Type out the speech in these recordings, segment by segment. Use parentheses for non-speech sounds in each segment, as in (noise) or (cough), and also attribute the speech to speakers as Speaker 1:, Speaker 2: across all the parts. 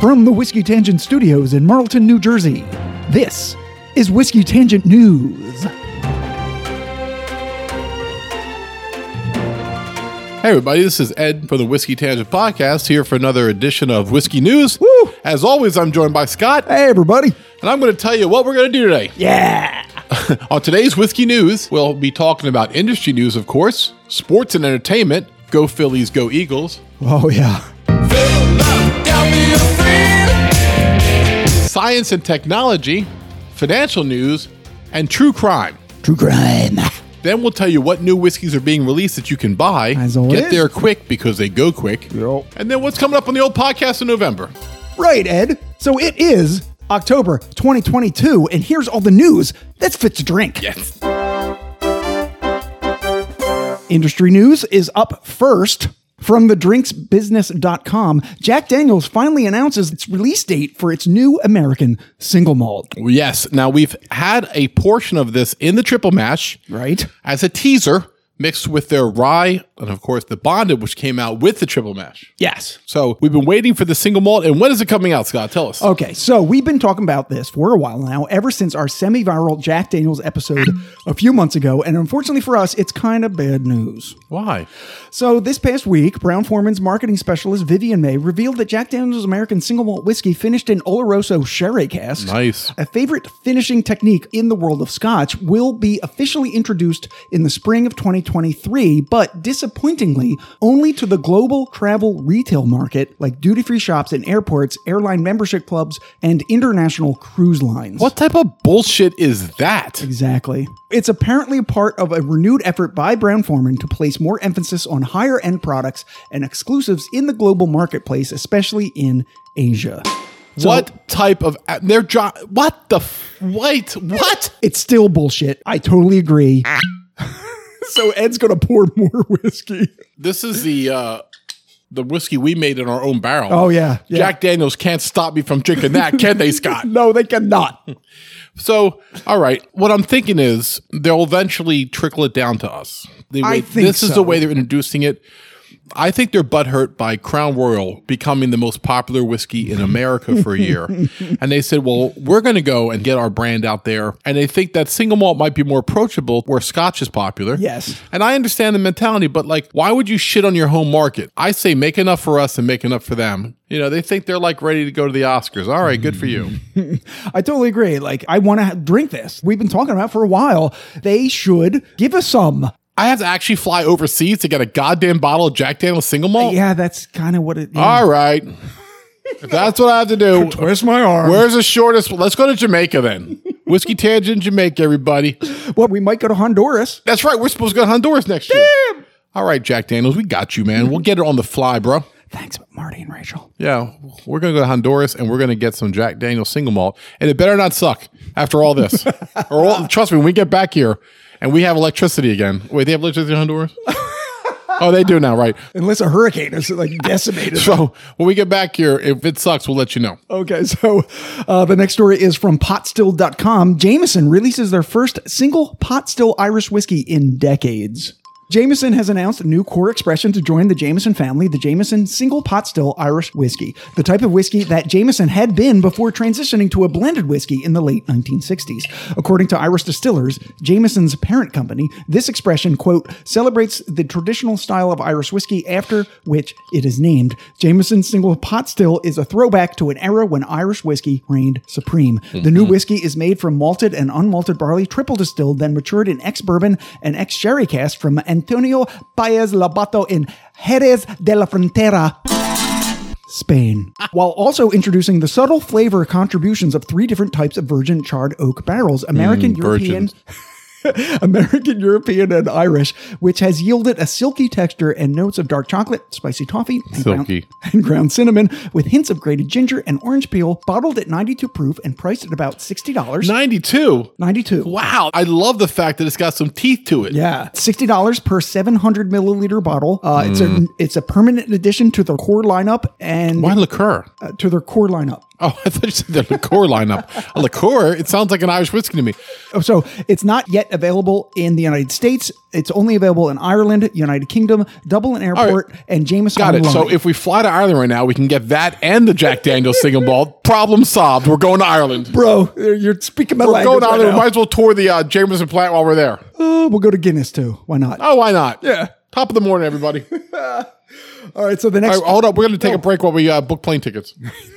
Speaker 1: From the Whiskey Tangent Studios in Marlton, New Jersey, this is Whiskey Tangent News.
Speaker 2: Hey everybody, this is Ed from the Whiskey Tangent Podcast here for another edition of Whiskey News.
Speaker 1: Woo!
Speaker 2: As always, I'm joined by Scott,
Speaker 1: Hey, everybody.
Speaker 2: and I'm going to tell you what we're going to do today.
Speaker 1: Yeah.
Speaker 2: On today's Whiskey News, we'll be talking about industry news, of course, sports and entertainment, go Phillies, go Eagles,
Speaker 1: Oh, yeah.
Speaker 2: science and technology, financial news, and true crime.
Speaker 1: True crime.
Speaker 2: Then we'll tell you what new whiskeys are being released that you can buy.
Speaker 1: As always.
Speaker 2: Get there quick because they go quick.
Speaker 1: Yep.
Speaker 2: And then what's coming up on the old podcast in November.
Speaker 1: Right, Ed. So it is October 2022, and here's all the news that's fit to drink.
Speaker 2: Yes.
Speaker 1: Industry news is up first. From the drinksbusiness.com, Jack Daniels finally announces its release date for its new American single malt.
Speaker 2: Yes. Now we've had a portion of this in the triple mash
Speaker 1: Right?
Speaker 2: as a teaser mixed with their rye and of course the bonded which came out with the triple mash.
Speaker 1: Yes.
Speaker 2: So we've been waiting for the single malt and when is it coming out, Scott? Tell us.
Speaker 1: Okay, so we've been talking about this for a while now, ever since our semi viral Jack Daniels episode a few months ago. And unfortunately for us, it's kind of bad news.
Speaker 2: Why?
Speaker 1: So, this past week, Brown Forman's marketing specialist Vivian May revealed that Jack Daniels American Single Malt Whiskey finished in Oloroso Sherry casks.
Speaker 2: Nice.
Speaker 1: A favorite finishing technique in the world of scotch will be officially introduced in the spring of 2023, but disappointingly, only to the global travel retail market like duty free shops and airports, airline membership clubs, and international cruise lines.
Speaker 2: What type of bullshit is that?
Speaker 1: Exactly. It's apparently a part of a renewed effort by Brown Forman to place more emphasis on higher end products and exclusives in the global marketplace, especially in Asia.
Speaker 2: what type of they're dro- what the f- wait, what?
Speaker 1: It's still bullshit. I totally agree. (laughs) so Ed's going to pour more (laughs) whiskey.
Speaker 2: This is the uh the whiskey we made in our own barrel.
Speaker 1: Oh, yeah. yeah.
Speaker 2: Jack Daniels can't stop me from drinking that, can they, Scott?
Speaker 1: No, they cannot.
Speaker 2: So, all right. What I'm thinking is they'll eventually trickle it down to us. The
Speaker 1: I
Speaker 2: way-
Speaker 1: think
Speaker 2: this is
Speaker 1: so.
Speaker 2: the way they're introducing it. I think they're butthurt by Crown Royal becoming the most popular whiskey in America for
Speaker 1: (laughs)
Speaker 2: a year. and they said, well, we're going to go and get our brand out there. And they think that single malt might be more approachable where scotch is popular.
Speaker 1: Yes.
Speaker 2: And I understand the mentality, but like, why would you shit on your home market? I say make enough for us and make enough for them. You know, they think they're like ready to go to the Oscars. All right, good for you.
Speaker 1: I totally agree. Like, I want to ha- drink this. We've been talking about it for a while. They should give us some.
Speaker 2: I have to actually fly overseas to get a goddamn bottle of Jack Daniel's single malt.
Speaker 1: Yeah, that's kind of what it is.
Speaker 2: All right, if that's what I have to do.
Speaker 1: Ah, Where's my arm?
Speaker 2: Where's the shortest? Let's go to Jamaica then. Whiskey tangent, Jamaica, everybody.
Speaker 1: Well, we might go to Honduras.
Speaker 2: That's right. We're supposed to go to Honduras next year. All right, Jack Daniels, we got you, man. We'll get it on the fly, bro.
Speaker 1: Thanks, Marty and Rachel.
Speaker 2: Yeah, we're gonna go to Honduras and we're gonna get some Jack Daniel's single malt, and it better not suck after all this. or all, trust me, when we get back here and we have electricity again. Wait, they have electricity in Honduras? oh, they do now, right?
Speaker 1: Unless a hurricane is like decimated.
Speaker 2: (laughs) So when we get back here, if it sucks, we'll let you know.
Speaker 1: okay, so uh, the next story is from potstill.com. Jameson releases their first single pot still Irish whiskey in decades. Jameson has announced a new core expression to join the Jameson family, the Jameson Single Pot Still Irish Whiskey, the type of whiskey that Jameson had been before transitioning to a blended whiskey in the late 1960s. According to Irish Distillers, Jameson's parent company, this expression, quote, celebrates the traditional style of Irish whiskey after which it is named. Jameson's single pot still is a throwback to an era when Irish whiskey reigned supreme. The new whiskey is made from malted and unmalted barley, triple distilled, then matured in ex bourbon and ex sherry cask from Antonio Baez Labato in Jerez de la Frontera, Spain, while also introducing the subtle flavor contributions of three different types of virgin charred oak barrels American, European,
Speaker 2: virgins.
Speaker 1: American, European, and Irish, which has yielded a silky texture and notes of dark chocolate, spicy toffee, and ground-
Speaker 2: Silky.
Speaker 1: (laughs) and ground cinnamon, with hints of grated ginger and orange peel, bottled at 92 proof and priced at about $60.
Speaker 2: 92.
Speaker 1: 92.
Speaker 2: Wow. I love the fact that it's got some teeth to it.
Speaker 1: Yeah, sixty dollars per seven hundred milliliter bottle. Uh,
Speaker 2: Mm.
Speaker 1: It's a it's a permanent addition to their core lineup and
Speaker 2: Why liqueur?
Speaker 1: uh, to their core lineup.
Speaker 2: Oh, (laughs) I thought you said the liqueur lineup. A liqueur? It sounds like an Irish whiskey to me.
Speaker 1: Oh, So it's not yet available in the United States. It's only available in Ireland, United Kingdom, Dublin Airport, and Jameson.
Speaker 2: Got it. So if we fly to Ireland right now, we can get that and the Jack Daniels single malt. Problem solved. We're going to Ireland.
Speaker 1: bro, you're speaking my
Speaker 2: We're
Speaker 1: language
Speaker 2: going to
Speaker 1: right
Speaker 2: Ireland. We
Speaker 1: now.
Speaker 2: might as well tour the uh, Jameson plant while we're there.
Speaker 1: Uh, we'll go to Guinness too. Why not?
Speaker 2: Oh, why not?
Speaker 1: Yeah.
Speaker 2: Top of the morning, everybody. (laughs) All
Speaker 1: All right. So the next
Speaker 2: right, hold up. We're going to take a break while we uh, book plane tickets.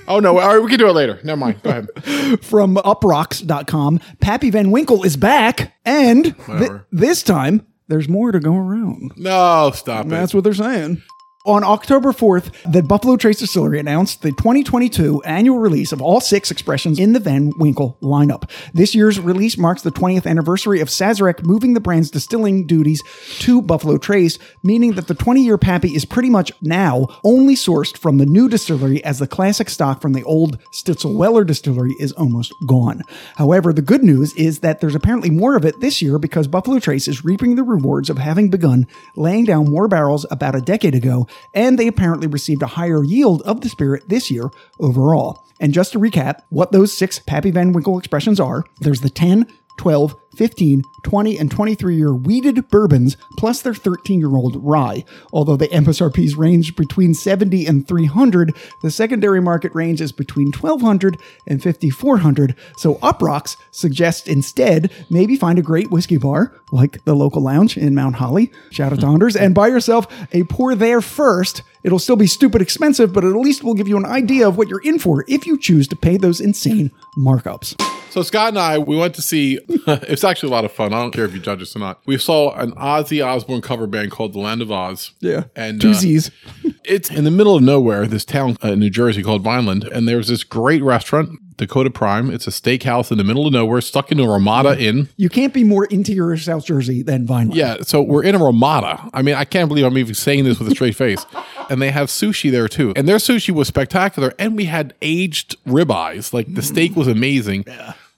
Speaker 2: Oh, no. All right. We can do it later. Never mind. Go (laughs) ahead.
Speaker 1: from uprocks.com, Pappy Van Winkle is back. And thi-
Speaker 2: Whatever.
Speaker 1: this time, there's more to go around.
Speaker 2: No, stop it.
Speaker 1: That's what they're saying. On October 4th, the Buffalo Trace Distillery announced the 2022 annual release of all six expressions in the Van Winkle lineup. This year's release marks the 20th anniversary of Sazerac moving the brand's distilling duties to Buffalo Trace, meaning that the 20 year Pappy is pretty much now only sourced from the new distillery as the classic stock from the old Stitzelweller distillery is almost gone. However, the good news is that there's apparently more of it this year because Buffalo Trace is reaping the rewards of having begun laying down more barrels about a decade ago, and they apparently received a higher yield of the spirit this year overall. And just to recap what those six Pappy Van Winkle expressions are, there's the 10, 12, 15, 20, and 23 year weeded bourbons, plus their 13 year old rye. Although the MSRPs range between 70 and 300, the secondary market range is between 1200 and 5400. So Uprocks suggests instead maybe find a great whiskey bar like the local lounge in Mount Holly, shout out to Anders, and buy yourself a pour there first. It'll still be stupid expensive, but at least will give you an idea of what you're in for if you choose to pay those insane markups.
Speaker 2: So Scott and I, we went to see. (laughs) it's actually a lot of fun. I don't care if you judge us or not. We saw an Ozzy Osbourne cover band called The Land of Oz. and
Speaker 1: two
Speaker 2: uh,
Speaker 1: Z's.
Speaker 2: (laughs) it's in the middle of nowhere, this town uh, in New Jersey called Vineland, and there's this great restaurant, Dakota Prime. It's a steakhouse in the middle of nowhere, stuck in a Ramada Inn.
Speaker 1: You can't be more into your South Jersey than Vineland.
Speaker 2: Yeah, so we're in a Ramada. I mean, I can't believe I'm even saying this with a
Speaker 1: (laughs)
Speaker 2: straight face. And they have sushi there too. And their sushi was spectacular. And we had aged ribeyes. Like the steak was amazing.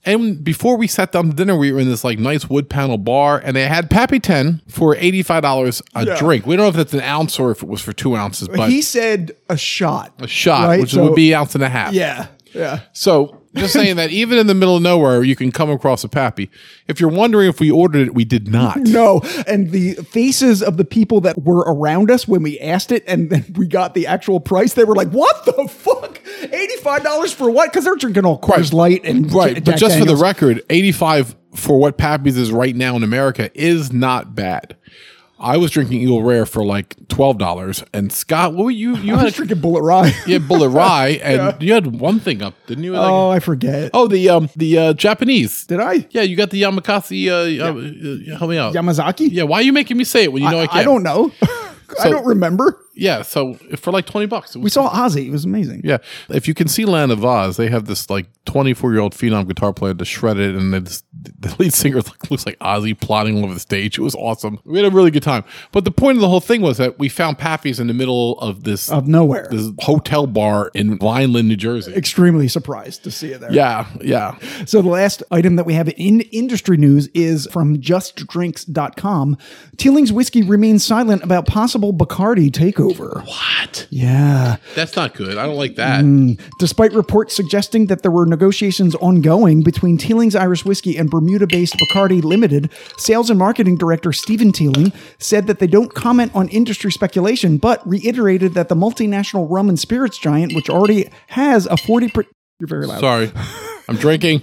Speaker 2: And before we sat down to dinner, we were in this like nice wood panel bar, and they had Pappy Ten for eighty five dollars a drink. We don't know if that's an ounce or if it was for two ounces, but
Speaker 1: he said a shot.
Speaker 2: a shot,
Speaker 1: right?
Speaker 2: which
Speaker 1: So-
Speaker 2: would be an ounce and a half.
Speaker 1: Yeah. Yeah.
Speaker 2: So just saying that even in the middle of nowhere, you can come across a Pappy. If you're wondering if we ordered it, we did not.
Speaker 1: No. And the faces of the people that were around us when we asked it and then we got the actual price, they were like, what the fuck? $85 for what? Because they're drinking all Coors Light and
Speaker 2: Right,
Speaker 1: J-
Speaker 2: but
Speaker 1: Jack
Speaker 2: just for
Speaker 1: Daniels.
Speaker 2: the record, 85 for what Pappy's is right now in America is not bad. I was drinking Eagle Rare for like twelve dollars, and Scott, what were you?
Speaker 1: (laughs)
Speaker 2: You
Speaker 1: I
Speaker 2: had
Speaker 1: was
Speaker 2: a
Speaker 1: drinking Bullet Rye.
Speaker 2: you had Bullet Rye, and you had one thing up, didn't you? Like-
Speaker 1: (laughs) oh, I forget.
Speaker 2: oh, the um, the uh, Japanese.
Speaker 1: Did I?
Speaker 2: Yeah, you got the Yamakasi. Uh, uh, uh, help me out.
Speaker 1: Yamazaki?
Speaker 2: yeah, why are you making me say it when you know I, can't?
Speaker 1: I don't know. (laughs) I
Speaker 2: (laughs) So-
Speaker 1: don't remember.
Speaker 2: Yeah, so for like twenty bucks, it
Speaker 1: We
Speaker 2: was
Speaker 1: saw Ozzy. It was amazing.
Speaker 2: Yeah, if you can see Land of Oz, they have this like 24 year old phenom guitar player that shredded, and it's, the lead singer (laughs) like, looks like Ozzy plodding all over the stage. It was awesome. We had a really good time. But the point of the whole thing was that we found Pappy's in the middle of this
Speaker 1: Of nowhere.
Speaker 2: this hotel bar in Vineland, New Jersey.
Speaker 1: Extremely surprised to see it there.
Speaker 2: Yeah, yeah.
Speaker 1: So the last item that we have in industry news is from justdrinks.com. Tealing's whiskey remains silent about possible Bacardi takeover.
Speaker 2: What?
Speaker 1: Yeah.
Speaker 2: That's not good. I don't like that.
Speaker 1: Mm. Despite reports suggesting that there were negotiations ongoing between Tealing's Irish Whiskey and Bermuda based Bacardi Limited, sales and marketing director Stephen Tealing said that they don't comment on industry speculation, but reiterated that the multinational rum and spirits giant, which already has a 40 per- You're very loud.
Speaker 2: Sorry, I'm drinking.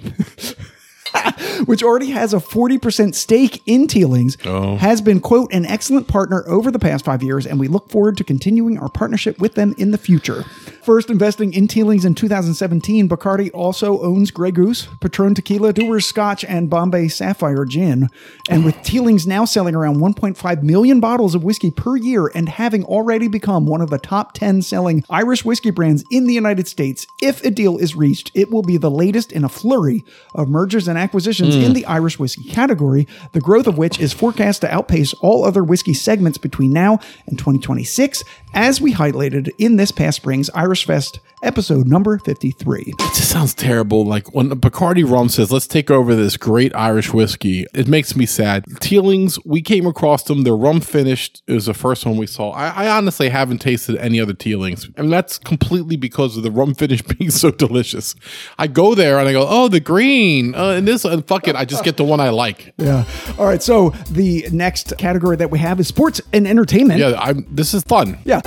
Speaker 1: which already has a 40% stake in Tealings, has been, quote, an excellent partner over the past five years, and we look forward to continuing our partnership with them in the future. First investing in Tealings in 2017, Bacardi also owns Grey Goose, Patron Tequila, Dewar's Scotch, and Bombay Sapphire Gin. And with Tealings now selling around 1.5 million bottles of whiskey per year and having already become one of the top 10 selling Irish whiskey brands in the United States, if a deal is reached, it will be the latest in a flurry of mergers and acquisitions in the Irish whiskey category, the growth of which is forecast to outpace all other whiskey segments between now and 2026, as we highlighted in this past spring's Irish. Irish Fest, episode number 53.
Speaker 2: It just sounds terrible. Like when Bacardi Rum says, let's take over this great Irish whiskey, it makes me sad. Tealings, we came across them. Their rum finished is the first one we saw. I, I honestly haven't tasted any other Tealings. And that's completely because of the rum (laughs) finish being so delicious. I go there and I go, oh, the green. Uh, and this, and fuck it. I just get the one I like.
Speaker 1: Yeah. All right. So the next category that we have is sports and entertainment.
Speaker 2: Yeah, I'm, this is fun.
Speaker 1: Yeah.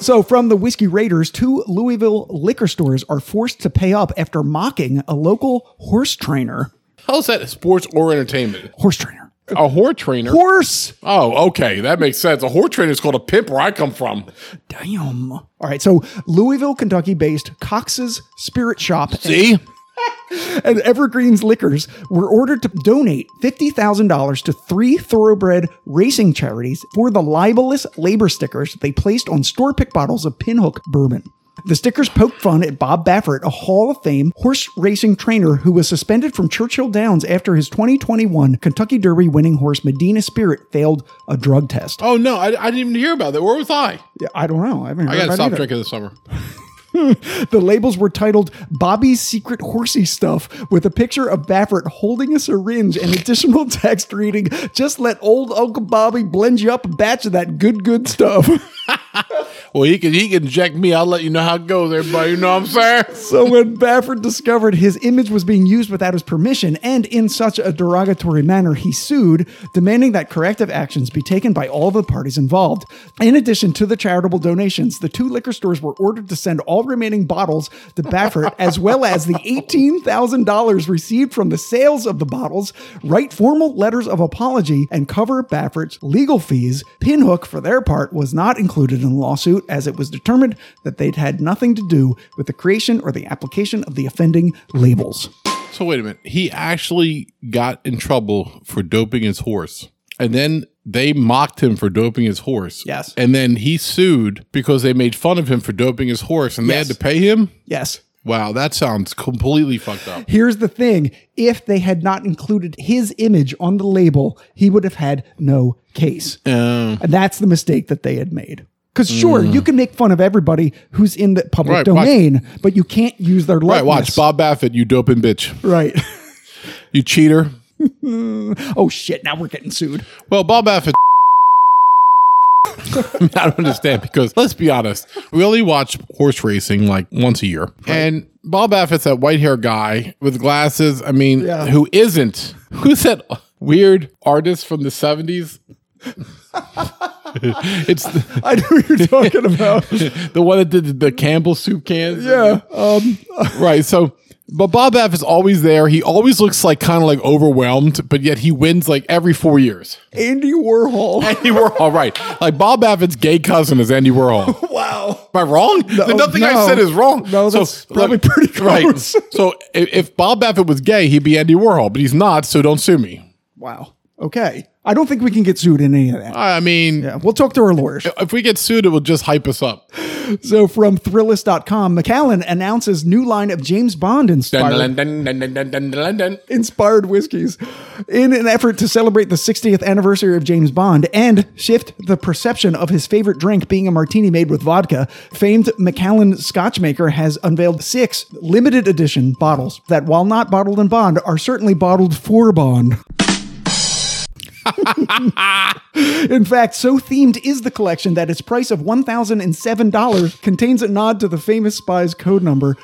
Speaker 1: So, from the Whiskey Raiders, two Louisville liquor stores are forced to pay up after mocking a local horse trainer.
Speaker 2: How's that sports or entertainment?
Speaker 1: Horse trainer.
Speaker 2: A whore trainer.
Speaker 1: Horse!
Speaker 2: Oh, okay. That makes sense. A whore trainer is called a pimp where I come from.
Speaker 1: Damn. All right. So, Louisville, Kentucky based Cox's Spirit Shop and-
Speaker 2: See?
Speaker 1: and Evergreen's Liquors were ordered to donate $50,000 to three thoroughbred racing charities for the libelous labor stickers they placed on store pick bottles of Pinhook bourbon. The stickers poked fun at Bob Baffert, a Hall of Fame horse racing trainer who was suspended from Churchill Downs after his 2021 Kentucky Derby winning horse Medina Spirit failed a drug test.
Speaker 2: Oh, no. I, I didn't even hear about that. Where was I?
Speaker 1: Yeah, I don't know. I haven't heard
Speaker 2: I
Speaker 1: about it
Speaker 2: gotta stop
Speaker 1: either.
Speaker 2: drinking this summer.
Speaker 1: The labels were titled Bobby's Secret Horsey Stuff with a picture of Baffert holding a syringe and additional (laughs) text reading, just let old Uncle Bobby blend you up a batch of that good, good stuff. (laughs)
Speaker 2: Well, he can he can inject me. I'll let you know how it goes, everybody. You know what I'm saying?
Speaker 1: so when Baffert discovered his image was being used without his permission and in such a derogatory manner, he sued, demanding that corrective actions be taken by all the parties involved. In addition to the charitable donations, the two liquor stores were ordered to send all remaining bottles to Baffert, as well as the $18,000 received from the sales of the bottles, write formal letters of apology, and cover Baffert's legal fees. Pinhook, for their part, was not included in the lawsuit as it was determined that they'd had nothing to do with the creation or the application of the offending labels.
Speaker 2: (laughs) So wait a minute. He actually got in trouble for doping his horse, and then they mocked him for doping his horse.
Speaker 1: Yes.
Speaker 2: And then he sued because they made fun of him for doping his horse, and they
Speaker 1: Yes.
Speaker 2: had to pay him.
Speaker 1: Yes.
Speaker 2: Wow, that sounds completely fucked up.
Speaker 1: Here's the thing if they had not included his image on the label, he would have had no case. And that's the mistake that they had made. Because sure, you can make fun of everybody who's in the public
Speaker 2: Mm. Right, watch.
Speaker 1: domain, but you can't use their
Speaker 2: All right, watch
Speaker 1: likeness.
Speaker 2: Bob Baffett, you doping bitch,
Speaker 1: Right. (laughs)
Speaker 2: you cheater.
Speaker 1: oh shit! Now we're getting sued. (laughs)
Speaker 2: Well, Bob Baffett. (laughs) I don't understand because let's be honest, we only watch horse racing like once a year, and Bob Baffert's that white hair guy with glasses. I mean,
Speaker 1: Yeah.
Speaker 2: who isn't? Who's that weird artist from the seventies? (laughs) it's the, (laughs)
Speaker 1: I know what you're talking about. (laughs)
Speaker 2: the one that did the Campbell soup cans.
Speaker 1: Yeah. Um,
Speaker 2: right. So, but Bob Baff is always there. He always looks like kind of like overwhelmed, but yet he wins like every four years.
Speaker 1: Andy
Speaker 2: (laughs)
Speaker 1: Warhol.
Speaker 2: Andy Warhol, right? Like Bob Baffert's gay cousin is Andy Warhol.
Speaker 1: wow.
Speaker 2: Am I wrong? Nothing I
Speaker 1: no.
Speaker 2: said is wrong.
Speaker 1: No, that's probably pretty close.
Speaker 2: Right. So if, if Bob Baffert was gay, he'd be Andy Warhol, but he's not. So don't sue me.
Speaker 1: Wow. Okay. I don't think we can get sued in any of that.
Speaker 2: I mean,
Speaker 1: Yeah, we'll talk to our lawyers.
Speaker 2: if we get sued, it will just hype us up.
Speaker 1: So from Thrillist.com, McAllen announces new line of James Bond
Speaker 2: Dun,
Speaker 1: inspired
Speaker 2: dun, dun, dun, dun, dun, dun, dun, dun.
Speaker 1: inspired whiskeys in an effort to celebrate the 60th anniversary of James Bond and shift the perception of his favorite drink being a martini made with vodka. Famed Macallan Scotchmaker has unveiled six limited edition bottles that, while not bottled in Bond, are certainly bottled for Bond. (laughs) In fact, so themed is the collection that its price of $1,007 contains a nod to the famous spy's code number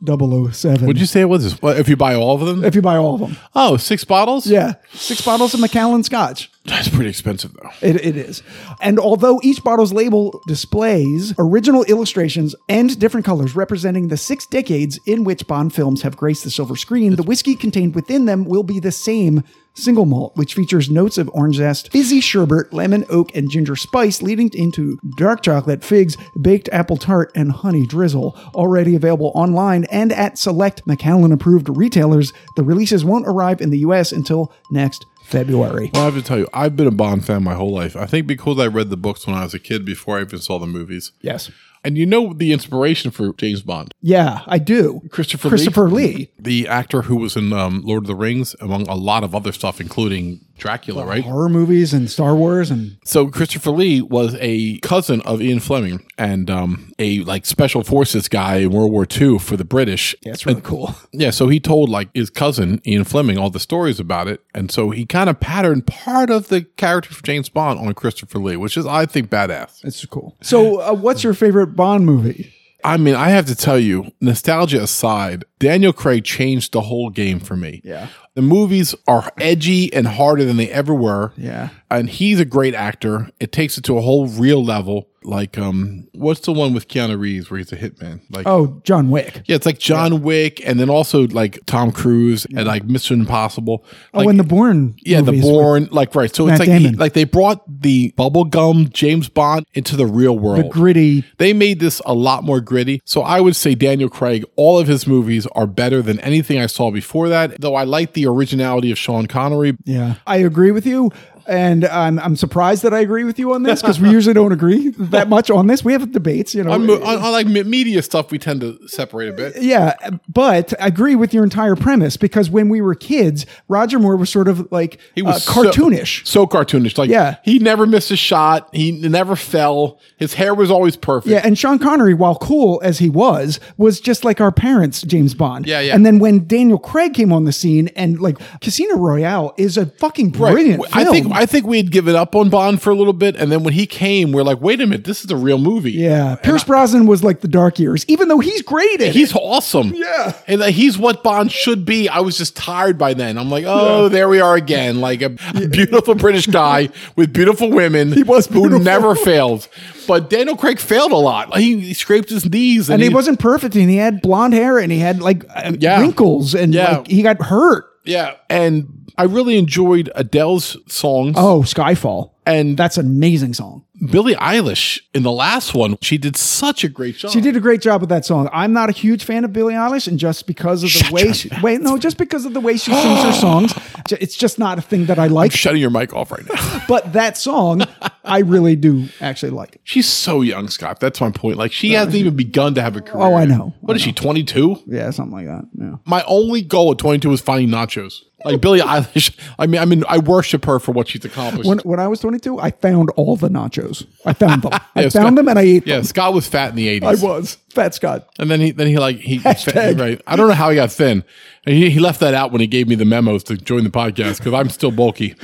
Speaker 1: 1007.
Speaker 2: Would you say it was this? What, if you buy all of them?
Speaker 1: if you buy all of them.
Speaker 2: Oh, six bottles?
Speaker 1: Yeah, six bottles of Macallan Scotch.
Speaker 2: That's pretty expensive, though.
Speaker 1: It, it is. And although each bottle's label displays original illustrations and different colors representing the six decades in which Bond films have graced the silver screen, the whiskey contained within them will be the same single malt, which features notes of orange zest, fizzy sherbet, lemon, oak, and ginger spice, leading into dark chocolate, figs, baked apple tart, and honey drizzle. Already available online and at select Macallan approved retailers, the releases won't arrive in the US until next February.
Speaker 2: Well, I have to tell you, I've been a Bond fan my whole life. I think because I read the books when I was a kid before I even saw the movies.
Speaker 1: Yes.
Speaker 2: And you know the inspiration for James Bond,
Speaker 1: Yeah, I do.
Speaker 2: Christopher Lee?
Speaker 1: Christopher Lee.
Speaker 2: the actor who was in um, Lord of the Rings, among a lot of other stuff, including Dracula, right?
Speaker 1: horror movies and Star Wars and
Speaker 2: So Christopher Lee was a cousin of Ian Fleming and um, a like special forces guy in World War II for the British.
Speaker 1: that's really (laughs) cool.
Speaker 2: Yeah, so he told like his cousin Ian Fleming all the stories about it, and so he kind of patterned part of the character for James Bond on Christopher Lee, which is I think badass.
Speaker 1: It's cool. So, uh, what's your favorite Bond movie?
Speaker 2: I mean, I have to tell you, nostalgia aside, Daniel Craig changed the whole game for me.
Speaker 1: Yeah.
Speaker 2: The movies are edgy and harder than they ever were.
Speaker 1: Yeah.
Speaker 2: And he's a great actor. It takes it to a whole real level. Like, um, what's the one with Keanu Reeves where he's a hitman? Like,
Speaker 1: Oh, John Wick.
Speaker 2: yeah, it's like John Wick, and then also like Tom Cruise and like Mission Impossible. Like,
Speaker 1: oh, and the Bourne.
Speaker 2: yeah, the
Speaker 1: movies with
Speaker 2: Bourne, like right. So
Speaker 1: Matt
Speaker 2: it's like he-
Speaker 1: Damon.
Speaker 2: like they brought the bubblegum James Bond into the real world.
Speaker 1: the gritty.
Speaker 2: They made this a lot more gritty. So I would say Daniel Craig, all of his movies are better than anything I saw before that, though I like the originality of Sean Connery.
Speaker 1: Yeah, I agree with you. And I'm, I'm surprised that I agree with you on
Speaker 2: (laughs)
Speaker 1: this because we usually don't agree that much on this. We have debates, you know.
Speaker 2: I'm, uh, I, I like me- media stuff, we tend to separate a bit.
Speaker 1: Yeah, but I agree with your entire premise because when we were kids, Roger Moore was sort of like he
Speaker 2: was so-
Speaker 1: cartoonish.
Speaker 2: So cartoonish. Like,
Speaker 1: Yeah.
Speaker 2: he never missed a shot. He never fell. His hair was always perfect.
Speaker 1: yeah, and Sean Connery, while cool as he was, was just like our parents, James Bond.
Speaker 2: Yeah, yeah.
Speaker 1: And then when Daniel Craig came on the scene, and like Casino Royale is a fucking
Speaker 2: Right.
Speaker 1: brilliant
Speaker 2: I
Speaker 1: film.
Speaker 2: think I think we had given up on Bond for a little bit, and then when he came, we're like, "Wait a minute, this is a real movie."
Speaker 1: yeah, Pierce Brosnan was like the dark years, even though he's great at
Speaker 2: He's awesome.
Speaker 1: Yeah.
Speaker 2: And like, he's what Bond should be. I was just tired by then. I'm like, oh, there we are again. Like a beautiful British guy with beautiful women. He
Speaker 1: was
Speaker 2: Who never failed. But Daniel Craig failed a lot. He, he scraped his knees and,
Speaker 1: and he, wasn't perfect and he had blonde hair and he had like uh,
Speaker 2: Yeah.
Speaker 1: wrinkles and
Speaker 2: Yeah.
Speaker 1: like he got hurt
Speaker 2: Yeah. And I really enjoyed Adele's songs.
Speaker 1: oh skyfall
Speaker 2: And
Speaker 1: that's an amazing song
Speaker 2: Billie Eilish in the last one, she did such a great job.
Speaker 1: she did a great job with that song i'm not a huge fan of billie eilish and just because of the
Speaker 2: Shut
Speaker 1: way
Speaker 2: your
Speaker 1: she, wait no just because of the way she sings
Speaker 2: (gasps)
Speaker 1: her songs ju- it's just not a thing that i like
Speaker 2: Shutting your mic off right now. (laughs)
Speaker 1: but that song i really do actually like
Speaker 2: She's so young, Scott. That's my point. Like she hasn't even begun to have a career.
Speaker 1: Oh, I
Speaker 2: yet.
Speaker 1: know.
Speaker 2: What is she? Twenty two.
Speaker 1: yeah something like that yeah
Speaker 2: my only goal at 22 was finding nachos. Like Billie Eilish, I mean, I mean, I worship her for what she's accomplished.
Speaker 1: when, when I was 22, I found all the nachos. I found
Speaker 2: (laughs)
Speaker 1: them. I
Speaker 2: Yes,
Speaker 1: found
Speaker 2: God.
Speaker 1: them and I ate
Speaker 2: yeah,
Speaker 1: them.
Speaker 2: Scott was fat in the 80s,
Speaker 1: I was. Fat Scott.
Speaker 2: and then he, then he like he
Speaker 1: Hashtag.
Speaker 2: fat, right. I don't know how he got thin. And he, he left that out when he gave me the memos to join the podcast because I'm still bulky.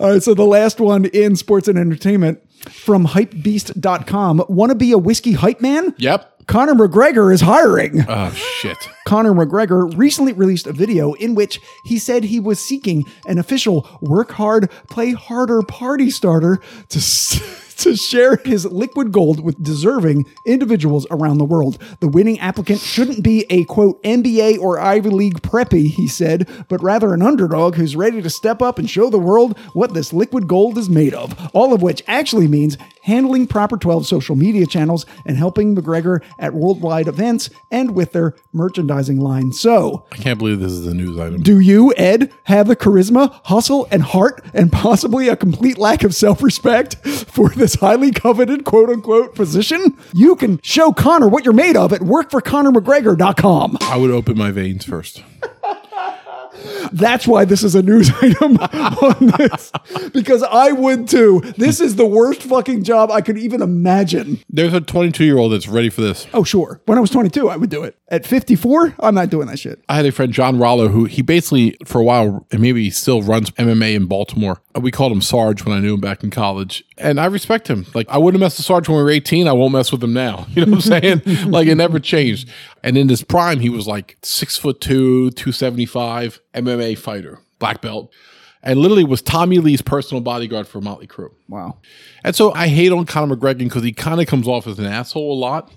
Speaker 1: All right, so the last one in sports and entertainment from hypebeast.com. Want to be a whiskey hype man?
Speaker 2: Yep.
Speaker 1: Conor McGregor is hiring.
Speaker 2: Oh shit.
Speaker 1: Conor McGregor recently released a video in which he said he was seeking an official work hard, play harder party starter to, s- (laughs) to share his liquid gold with deserving individuals around the world. The winning applicant shouldn't be a quote NBA or Ivy League preppy, he said, but rather an underdog who's ready to step up and show the world what this liquid gold is made of. All of which actually means handling Proper 12 social media channels and helping McGregor at worldwide events and with their merchandising line. So,
Speaker 2: I can't believe this is a news item.
Speaker 1: do you, Ed, have the charisma, hustle, and heart, and possibly a complete lack of self respect for this highly coveted quote unquote position? You can show Connor what you're made of at workforconnormcgregor.com.
Speaker 2: I would open my veins first.
Speaker 1: That's why this is a news (laughs) item on this, because I would too. This is the worst fucking job I could even imagine.
Speaker 2: There's a 22 year old that's ready for this.
Speaker 1: Oh, sure. When I was 22, I would do it. At 54, I'm not doing that shit.
Speaker 2: I had a friend, John Rollo, who he basically, for a while, and maybe he still runs MMA in Baltimore. Uh, We called him Sarge when I knew him back in college. And I respect him. Like, I wouldn't mess with Sarge when we were 18. I won't mess with him now. (laughs) You know what I'm saying? like, it never changed. And in his prime, he was like six foot two, 275, MMA fighter, black belt. And literally was Tommy Lee's personal bodyguard for Motley Crue.
Speaker 1: Wow.
Speaker 2: And so I hate on Conor McGregor because he kind of comes off as an asshole
Speaker 1: (laughs)
Speaker 2: a lot.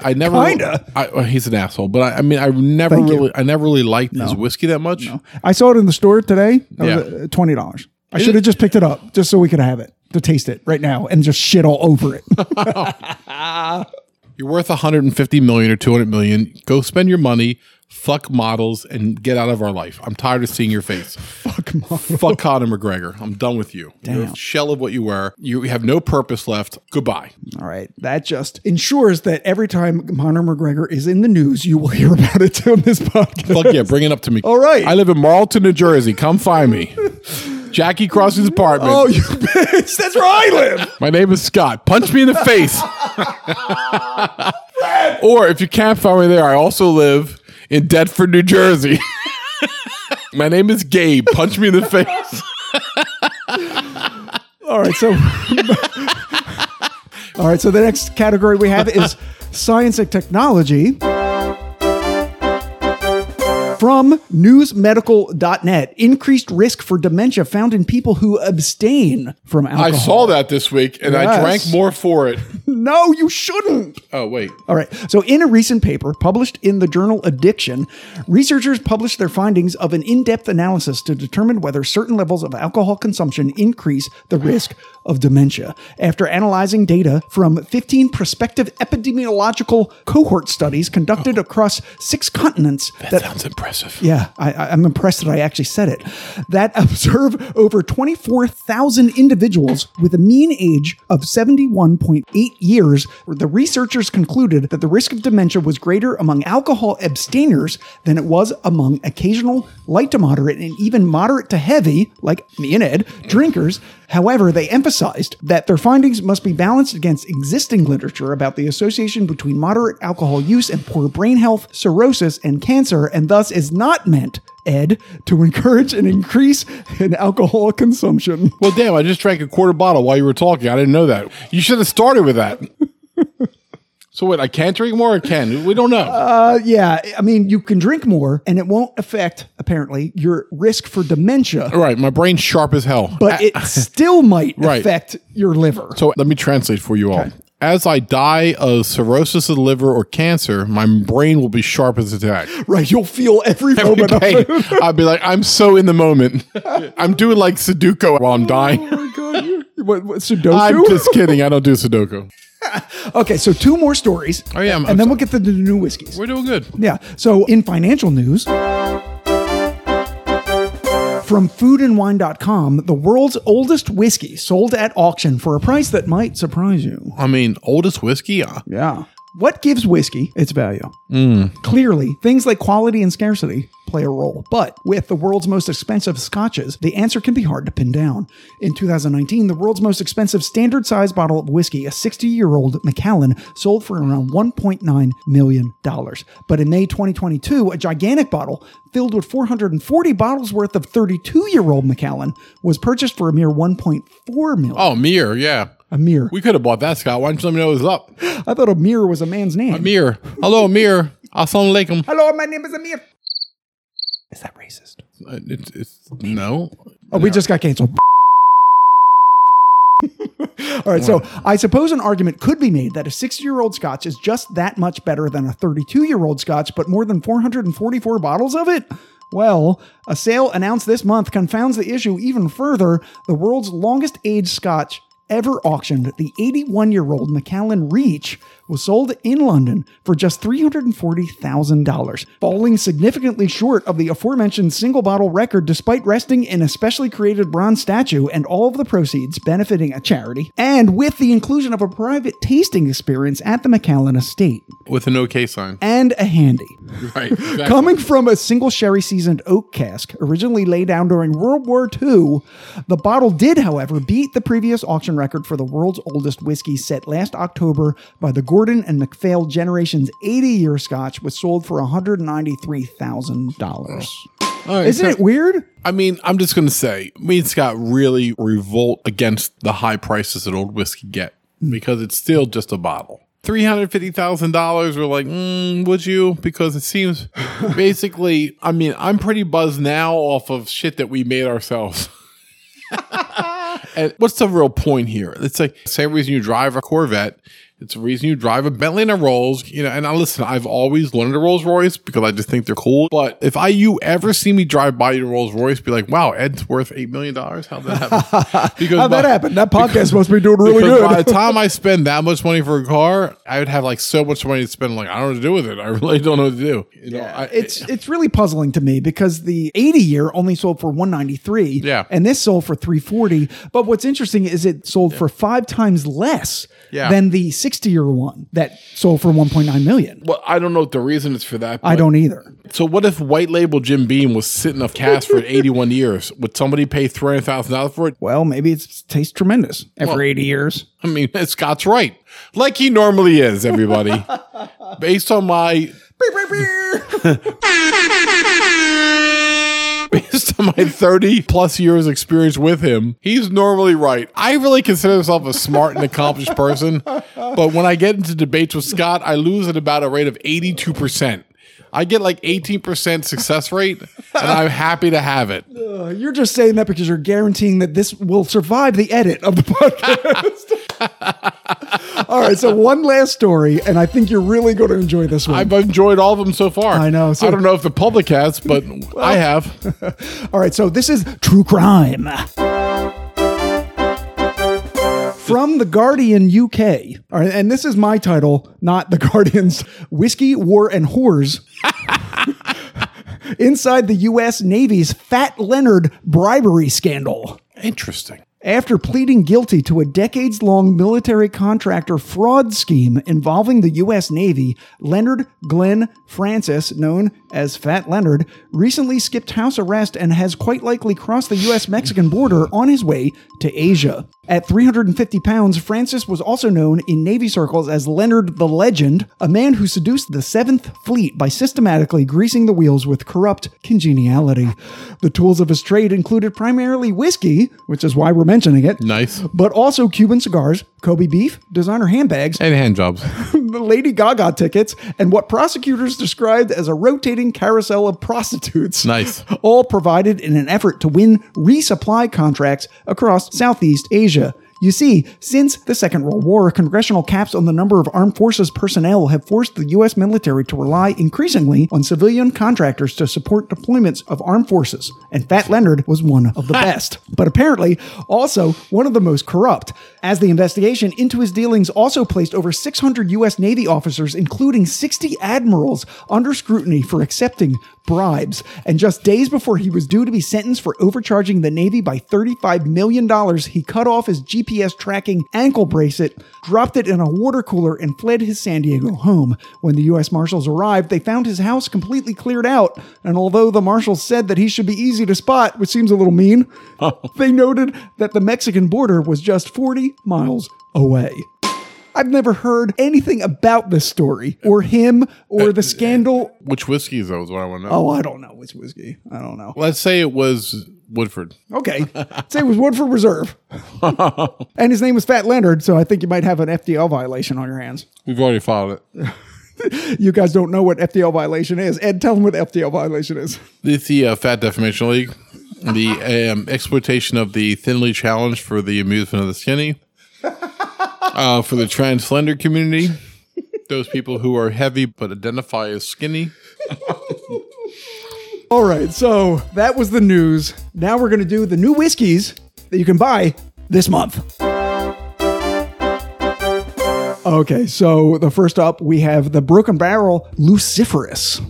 Speaker 2: I never
Speaker 1: Kinda.
Speaker 2: I, well, he's an asshole, but I, I mean, I never
Speaker 1: Thank you.
Speaker 2: really, I never really liked his whiskey that much.
Speaker 1: I saw it in the store today. That was,
Speaker 2: Yeah.
Speaker 1: uh, Twenty dollars. I should have just picked it up just so we could have it to taste it right now and just shit all over it.
Speaker 2: You're worth 150 million or 200 million. Go spend your money, fuck models, and get out of our life. I'm tired of seeing your face.
Speaker 1: Fuck mom.
Speaker 2: fuck Conor McGregor. I'm done with you. You're a shell of what you were. You have no purpose left. Goodbye.
Speaker 1: All right, that just ensures that every time Conor McGregor is in the news, you will hear about it (laughs) on this podcast.
Speaker 2: Fuck yeah, bring it up to me.
Speaker 1: (laughs) All right. (laughs)
Speaker 2: I live in Marlton, New Jersey. Come find me. Jackie Crosby's apartment.
Speaker 1: Oh, you (laughs) bitch. That's where I live.
Speaker 2: My name is Scott. Punch me in the face. or if you can't find me there, I also live in Deptford, New Jersey. (laughs) My name is Gabe. Punch me in the face.
Speaker 1: All right, so. (laughs) All right, so the next category we have is science and technology. From newsmedical.net, increased risk for dementia found in people who abstain from alcohol.
Speaker 2: I saw that this week and I
Speaker 1: Yes.
Speaker 2: drank more for it.
Speaker 1: No, you shouldn't.
Speaker 2: Oh, wait.
Speaker 1: All right. So, in a recent paper published in the journal Addiction, researchers published their findings of an in depth analysis to determine whether certain levels of alcohol consumption increase the risk of dementia. After analyzing data from 15 prospective epidemiological cohort studies conducted across six continents that
Speaker 2: Sounds impressive.
Speaker 1: yeah, I, I- I'm impressed that I actually said it. That (laughs) observe over 24,000 individuals with a mean age of 71.8 years. The researchers concluded that the risk of dementia was greater among alcohol abstainers than it was among occasional light to moderate and even moderate to heavy, like me and Ed, drinkers. However, they emphasized that their findings must be balanced against existing literature about the association between moderate alcohol use and poor brain health, cirrhosis, and cancer, and thus is not meant, Ed, to encourage an increase in alcohol consumption.
Speaker 2: Well, damn, I just drank a quarter bottle while you were talking. I didn't know that. You should have started with
Speaker 1: (laughs)
Speaker 2: that. so, wait, I can't drink more? I can. We don't know.
Speaker 1: Uh, yeah, I mean, you can drink more, and it won't affect, apparently, your risk for dementia,
Speaker 2: right. My brain's sharp as hell.
Speaker 1: but it still might
Speaker 2: Right.
Speaker 1: affect your liver.
Speaker 2: So let me translate for you all. As I die of cirrhosis of the liver or cancer, my brain will be sharp as a
Speaker 1: (laughs)
Speaker 2: tack.
Speaker 1: Right, you'll feel every moment of
Speaker 2: Okay.
Speaker 1: it.
Speaker 2: (laughs) I'll be like, I'm so in the moment.
Speaker 1: (laughs)
Speaker 2: I'm doing like Sudoku while I'm
Speaker 1: Oh
Speaker 2: dying. (laughs)
Speaker 1: What, what, Sudoku?
Speaker 2: I'm just kidding. I don't do Sudoku.
Speaker 1: Okay, so two more stories.
Speaker 2: Oh, yeah, I'm-
Speaker 1: and then we'll get to the new whiskeys.
Speaker 2: We're doing good.
Speaker 1: Yeah. So in financial news. From foodandwine.com, the world's oldest whiskey sold at auction for a price that might surprise you.
Speaker 2: I mean, oldest whiskey? Uh,
Speaker 1: Yeah. What gives whiskey its value? Clearly, things like quality and scarcity play a role. But with the world's most expensive scotches, the answer can be hard to pin down. In 2019, the world's most expensive standard size bottle of whiskey, a 60 year old Macallan, sold for around $1.9 million. But in May 2022, a gigantic bottle filled with 440 bottles worth of 32 year old Macallan was purchased for a mere $1.4 million.
Speaker 2: Oh, Mir. Yeah.
Speaker 1: A mere.
Speaker 2: We could have bought that, Scott. Why don't you let me know it was up?
Speaker 1: I thought a mere was a man's name.
Speaker 2: Mir. Hello, Mir. Assalamu alaikum.
Speaker 1: Hello, my name is Amir. Is that racist?
Speaker 2: Uh, It's, it's, no.
Speaker 1: Oh, we just got canceled. (laughs) All right, so I suppose an argument could be made that a 60 year old scotch is just that much better than a 32 year old scotch, but more than 444 bottles of it? Well, a sale announced this month confounds the issue even further. The world's longest aged scotch ever auctioned, the 81 year old Macallan Reach, was sold in London for just $340,000, falling significantly short of the aforementioned single bottle record despite resting in a specially created bronze statue and all of the proceeds benefiting a charity, and with the inclusion of a private tasting experience at the Macallan estate
Speaker 2: With an
Speaker 1: (laughs)
Speaker 2: okay sign.
Speaker 1: and a handy.
Speaker 2: Right. exactly.
Speaker 1: Coming from a single sherry seasoned oak cask, originally laid down during World War II, the bottle did, however, beat the previous auction record for the world's oldest whiskey set last October by the Gordon and MacPhail generation's 80 year scotch, was sold for $193,000.
Speaker 2: All right,
Speaker 1: Isn't
Speaker 2: so-
Speaker 1: it weird?
Speaker 2: I mean, I'm just going to say, me and Scott really revolt against the high prices that old whiskey get because it's still just a bottle. $350,000, we're like, mm, would you? Because it seems basically, I mean, I'm pretty buzzed now off of shit that we made ourselves. and what's the real point here? It's like, same reason you drive a Corvette. It's the reason you drive a Bentley and a Rolls, you know. And I listen, I've always wanted a Rolls Royce because I just think they're cool. But if I you ever see me drive by your Rolls Royce, be like, wow, Ed's worth eight million dollars. How'd
Speaker 1: (laughs)
Speaker 2: that happen? Because
Speaker 1: How'd that
Speaker 2: by-
Speaker 1: happen? That podcast must be doing really
Speaker 2: because by
Speaker 1: good.
Speaker 2: the time I spend that much money for a car, I would have like so much money to spend. Like I don't know what to do with it. I really don't know what to do. You know, I,
Speaker 1: Uh, It's it's really puzzling to me because the 80 year only sold for 193
Speaker 2: Yeah.
Speaker 1: and this sold for 340 but what's interesting is it sold for 5 times less
Speaker 2: Yeah.
Speaker 1: than the 60 year one that sold for 1.9 million.
Speaker 2: Well, I don't know what the reason is for that.
Speaker 1: I
Speaker 2: but-
Speaker 1: don't either.
Speaker 2: So what if white label Jim Beam was sitting off cast for 81 years? Would somebody pay $300,000 for it?
Speaker 1: Well, maybe it's, it tastes tremendous after 80 years.
Speaker 2: I mean, (laughs) Scott's right. Like he normally is, everybody.
Speaker 1: (laughs)
Speaker 2: Based on my (laughs) based on my 30 plus years experience with him, he's normally right. I really consider myself a smart and accomplished person, but when I get into debates with Scott, I lose at about a rate of 82%. I get like 18% success rate, and I'm happy to have it.
Speaker 1: (laughs) Uh, You're just saying that because you're guaranteeing that this will survive the edit of the (laughs) podcast.
Speaker 2: (laughs)
Speaker 1: All right, so one last story, and I think you're really going to enjoy this one.
Speaker 2: I've enjoyed all of them so far.
Speaker 1: I know, so-
Speaker 2: I don't know if the public has, but I have.
Speaker 1: All right, so this is true crime. From The Guardian UK. All right, and this is my title, not The Guardian's Whiskey, War, and Whores. (laughs) Inside the U.S. Navy's Fat Leonard bribery scandal.
Speaker 2: Interesting.
Speaker 1: After pleading guilty to a decades long military contractor fraud scheme involving the U.S. Navy, Leonard Glenn Francis, known as Fat Leonard, recently skipped house arrest and has quite likely crossed the U.S. Mexican border on his way to Asia. At 350 pounds, Francis was also known in Navy circles as Leonard the Legend, a man who seduced the Seventh Fleet by systematically greasing the wheels with corrupt congeniality. The tools of his trade included primarily whiskey, which is why we're mentioning it,
Speaker 2: Nice.
Speaker 1: but also Cuban cigars, Kobe beef, designer handbags,
Speaker 2: And hand jobs.
Speaker 1: (laughs)
Speaker 2: (laughs)
Speaker 1: Lady Gaga tickets, and what prosecutors described as a rotating carousel of prostitutes.
Speaker 2: Nice.
Speaker 1: (laughs) All provided in an effort to win resupply contracts across Southeast Asia. You see, since the Second World War, congressional caps on the number of armed forces personnel have forced the U.S. military to rely increasingly on civilian contractors to support deployments of armed forces, and Fat Leonard was one of the best, but apparently also one of the most corrupt. As the investigation into his dealings also placed over 600 U.S. Navy officers, including 60 admirals, under scrutiny for accepting bribes. And just days before he was due to be sentenced for overcharging the Navy by $35 million, he cut off his GPS tracking ankle bracelet, dropped it in a water cooler, and fled his San Diego home. When the U.S. Marshals arrived, they found his house completely cleared out. And although the Marshals said that he should be easy to spot, which seems a little mean, they noted that the Mexican border was just 40 miles away. I've never heard anything about this story or him or the scandal
Speaker 2: Which whiskeys, though, is what I want to know.
Speaker 1: Oh, I don't know. It's whiskey. I don't know.
Speaker 2: Let's say it was Woodford.
Speaker 1: Okay. Say it was Woodford Reserve. and his name was Fat Leonard, so I think you might have an FDL violation on your hands.
Speaker 2: We've already filed it.
Speaker 1: You guys don't know what FDL violation is. Ed, tell them what FDL violation is. (laughs)
Speaker 2: It's the uh, Fat Defamation League, the um, exploitation of the thinly challenged for the amusement of the (laughs) skinny, uh, for the trans slender community, those people who are heavy but identify as skinny.
Speaker 1: All right, so that was the news. Now we're going to do the new whiskeys that you can buy this month. Okay, so the first up, we have the Broken Barrel Luciferous.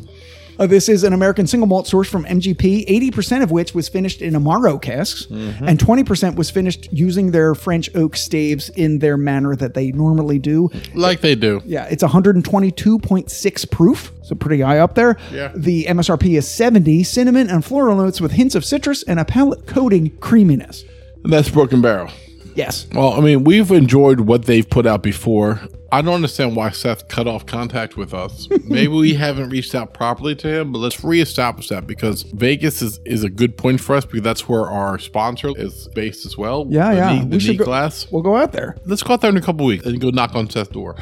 Speaker 1: Uh, this is an American single malt source from MGP, 80% of which was finished in Amaro casks, and 20% was finished using their French oak staves in their manner that they normally do.
Speaker 2: Like they do.
Speaker 1: Yeah, it's 122.6 proof, so pretty high up there.
Speaker 2: Yeah.
Speaker 1: The MSRP is 70. Cinnamon and floral notes with hints of citrus and a palate coating creaminess.
Speaker 2: That's Broken Barrel.
Speaker 1: Yes.
Speaker 2: Well, I mean, we've enjoyed what they've put out before. I don't understand why Seth cut off contact
Speaker 1: (laughs)
Speaker 2: with us. Maybe we haven't reached out properly to him, but let's reestablish that because Vegas is, is a good point for us because that's where our sponsor is based as well.
Speaker 1: Yeah,
Speaker 2: the
Speaker 1: yeah.
Speaker 2: knee- the knee
Speaker 1: go,
Speaker 2: glass.
Speaker 1: We'll go out there.
Speaker 2: Let's go out there in a couple weeks and go knock on
Speaker 1: (laughs)
Speaker 2: Seth's door.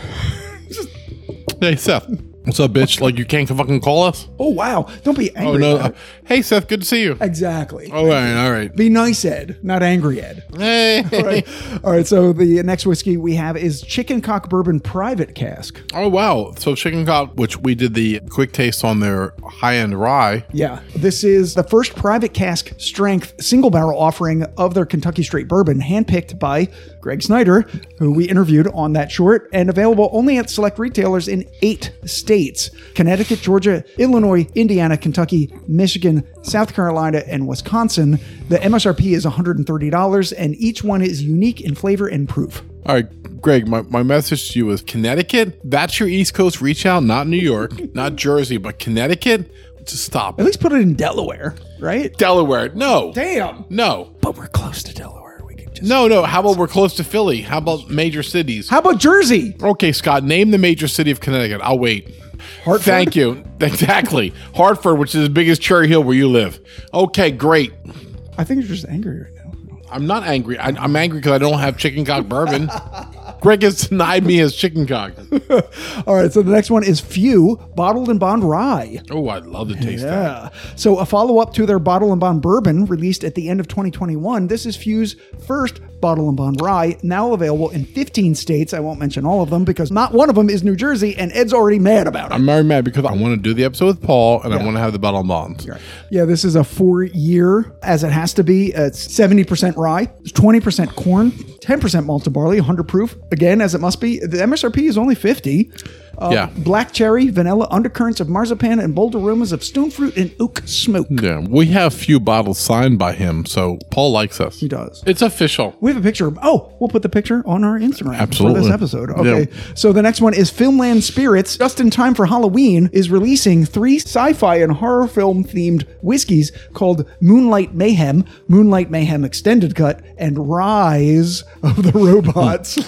Speaker 2: hey, Seth. What's up, bitch? Like, you can't fucking call us?
Speaker 1: Oh, wow. Don't be angry.
Speaker 2: Oh, no. Oh.
Speaker 1: Ed.
Speaker 2: uh, hey, Seth. Good to see you.
Speaker 1: exactly.
Speaker 2: All right.
Speaker 1: (laughs)
Speaker 2: All right.
Speaker 1: Be nice, Ed, not angry, Ed.
Speaker 2: Hey.
Speaker 1: All right, so the next whiskey we have is Chicken Cock Bourbon Private Cask.
Speaker 2: Oh wow! So chicken cock, which we did the quick taste on their high end rye.
Speaker 1: Yeah. This is the first private cask strength single barrel offering of their Kentucky Straight Bourbon, handpicked by Greg Snyder, who we interviewed on that short, and available only at select retailers in eight states Connecticut, Georgia, Illinois, Indiana, Kentucky, Michigan, South Carolina, and Wisconsin. The MSRP is $130, and each one is unique in flavor and proof.
Speaker 2: All right, Greg, my, my message to you is Connecticut, that's your East Coast reach out, not New York, not Jersey, but Connecticut, just stop.
Speaker 1: At least put it in Delaware, right?
Speaker 2: Delaware, no.
Speaker 1: Damn.
Speaker 2: No,
Speaker 1: But we're close to Delaware. We can just.
Speaker 2: no, no. How about we're close to Philly? How about major cities?
Speaker 1: How about Jersey?
Speaker 2: Okay, Scott, name the major city of Connecticut. I'll wait. Hartford. Thank you. (laughs) Exactly. Hartford, which is as big as Cherry Hill where you live. Okay, great.
Speaker 1: I think you're just angry right now.
Speaker 2: I'm not angry. I, I'm angry because I don't have chicken cock bourbon. Greg has denied me his chicken cock.
Speaker 1: All right, so the next one is Few Bottled and Bond Rye.
Speaker 2: Oh, I love the taste of
Speaker 1: Yeah. So a follow-up to their Bottle and Bond Bourbon released at the end of 2021. This is Few's first Bottle and Bond Rye, now available in 15 states. I won't mention all of them because not one of them is New Jersey, and Ed's already mad about it.
Speaker 2: I'm very mad because I want to do the episode with Paul and I want to have the bottle of bonds.
Speaker 1: Yeah, this is a four-year, as it has to be. It's 70% rye, 20% corn, 10% malted barley, 100 proof. Again, as it must be. The MSRP is only 50. Uh,
Speaker 2: Yeah.
Speaker 1: Black cherry, vanilla, undercurrents of marzipan, and bold aromas of stone fruit and oak smoke.
Speaker 2: Yeah, we have few bottles signed by him, so Paul likes us.
Speaker 1: He does.
Speaker 2: It's official.
Speaker 1: We have a picture. Oh, we'll put the picture on our Instagram
Speaker 2: Absolutely.
Speaker 1: for this episode. Okay.
Speaker 2: Yeah.
Speaker 1: So the next one is Filmland Spirits. Just in time for Halloween is releasing three sci-fi and horror film themed whiskeys called Moonlight Mayhem, Moonlight Mayhem Extended Cut, and Rise of
Speaker 2: (laughs)
Speaker 1: the Robots.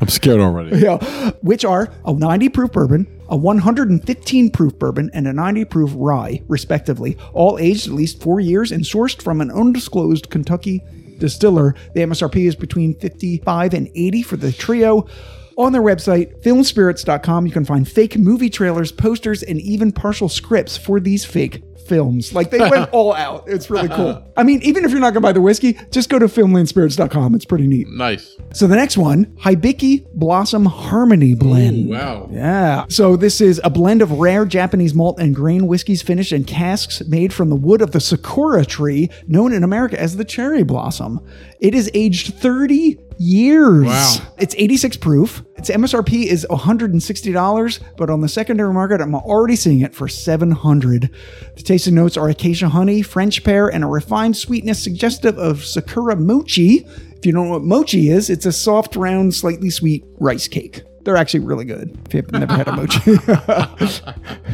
Speaker 2: I'm scared already.
Speaker 1: Yeah, which are a 90 proof bourbon, a 115 proof bourbon, and a 90 proof rye, respectively, all aged at least four years and sourced from an undisclosed Kentucky distiller. The MSRP is between 55 and 80 for the trio. On their website, filmspirits.com, you can find fake movie trailers, posters, and even partial scripts for these fake films. Like they went all out. It's really cool. I mean, even if you're not going to buy the whiskey, just go to filmlandspirits.com. It's pretty neat.
Speaker 2: Nice.
Speaker 1: So the next one, Hibiki Blossom Harmony Blend.
Speaker 2: Wow.
Speaker 1: Yeah. So this is a blend of rare Japanese malt and grain whiskeys finished in casks made from the wood of the sakura tree, known in America as the cherry blossom. It is aged 30 years.
Speaker 2: Wow.
Speaker 1: It's 86 proof. Its MSRP is $160, but on the secondary market, I'm already seeing it for $700. The tasting notes are acacia honey, French pear, and a refined sweetness suggestive of sakura mochi. If you don't know what mochi is, it's a soft, round, slightly sweet rice cake. They're actually really good. If you've never had a mochi,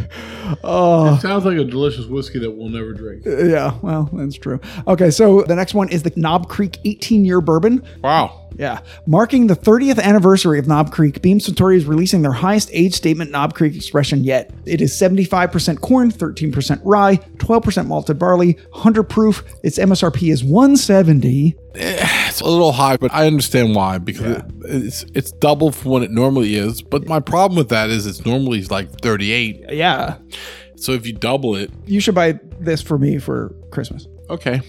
Speaker 1: (laughs)
Speaker 2: Sounds like a delicious whiskey that we'll never drink.
Speaker 1: yeah, well, that's true. Okay, so the next one is the Knob Creek 18 year bourbon.
Speaker 2: Wow.
Speaker 1: Yeah. Marking the 30th anniversary of Knob Creek, Beam Suntory is releasing their highest age statement Knob Creek expression yet. It is 75% corn, 13% rye, 12% malted barley, 100 proof. Its MSRP is 170.
Speaker 2: It's a little high, but I understand why because it, it's it's double from what it normally is. But my problem with that is it's normally like 38.
Speaker 1: Yeah.
Speaker 2: So if you double it,
Speaker 1: You should buy this for me for Christmas.
Speaker 2: okay.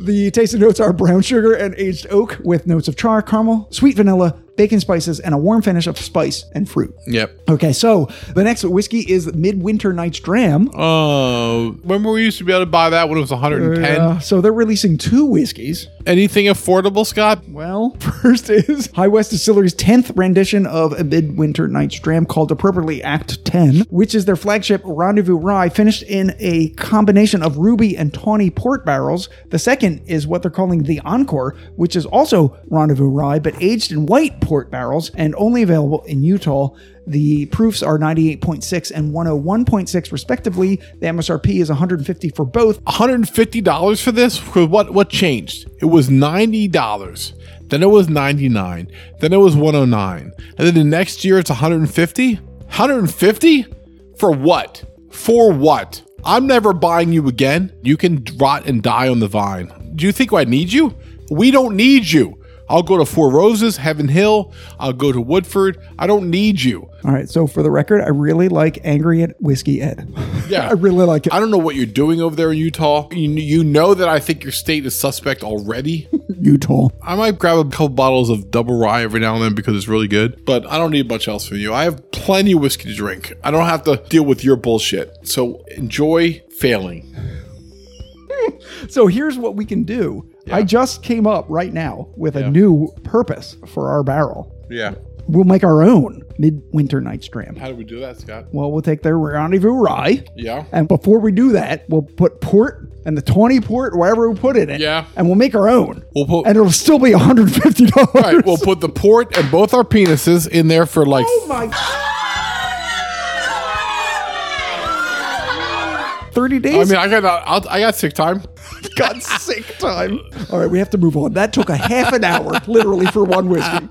Speaker 1: The tasting notes are brown sugar and aged oak with notes of char, caramel, sweet vanilla, bacon spices, and a warm finish of spice and fruit.
Speaker 2: Yep.
Speaker 1: Okay, so the next whiskey is Midwinter Night's Dram.
Speaker 2: Oh, remember we used to be able to buy that when it was 110.
Speaker 1: Yeah, Uh, so they're releasing two whiskeys.
Speaker 2: Anything affordable, Scott?
Speaker 1: Well, (laughs) first is High West Distillery's 10th rendition of A Midwinter Night's Dram called appropriately Act 10, which is their flagship Rendezvous Rye, finished in a combination of ruby and tawny port barrels. The second is what they're calling the Encore, which is also Rendezvous Rye, but aged in white port barrels and only available in Utah. The proofs are 98.6 and 101.6, respectively. The MSRP is 150 for both.
Speaker 2: $150 for this? For what what changed? It was $90. Then it was 99. Then it was 109. And then the next year it's 150? 150? For what? For what? I'm never buying you again. You can rot and die on the vine. Do you think I need you? We don't need you. I'll go to Four Roses, Heaven Hill. I'll go to Woodford. I don't need you.
Speaker 1: All right, so for the record, I really like Angry at Whiskey Ed. (laughs)
Speaker 2: Yeah.
Speaker 1: I really like it.
Speaker 2: I don't know what you're doing over there in Utah. You, you know that I think your state is suspect already.
Speaker 1: Utah.
Speaker 2: I might grab a couple bottles of double rye every now and then because it's really good, but I don't need much else from you. I have plenty of whiskey to drink. I don't have to deal with your bullshit. So enjoy failing.
Speaker 1: So here's what we can do. I just came up right now with a new purpose for our barrel.
Speaker 2: Yeah.
Speaker 1: We'll make our own Midwinter Night's Dram.
Speaker 2: How do we do that, Scott?
Speaker 1: Well, we'll take their rendezvous rye.
Speaker 2: Yeah.
Speaker 1: And before we do that, we'll put port and the 20 port, wherever we put it in.
Speaker 2: Yeah.
Speaker 1: And we'll make our own.
Speaker 2: We'll put-
Speaker 1: and it'll still be $150.
Speaker 2: All right, we'll put the port and both our penises in there for like
Speaker 1: Oh my. 30
Speaker 2: I
Speaker 1: days?
Speaker 2: mean, I got I'll, I got sick time.
Speaker 1: got sick time. All right, we have to move on. That took a half an hour, literally, for one whiskey.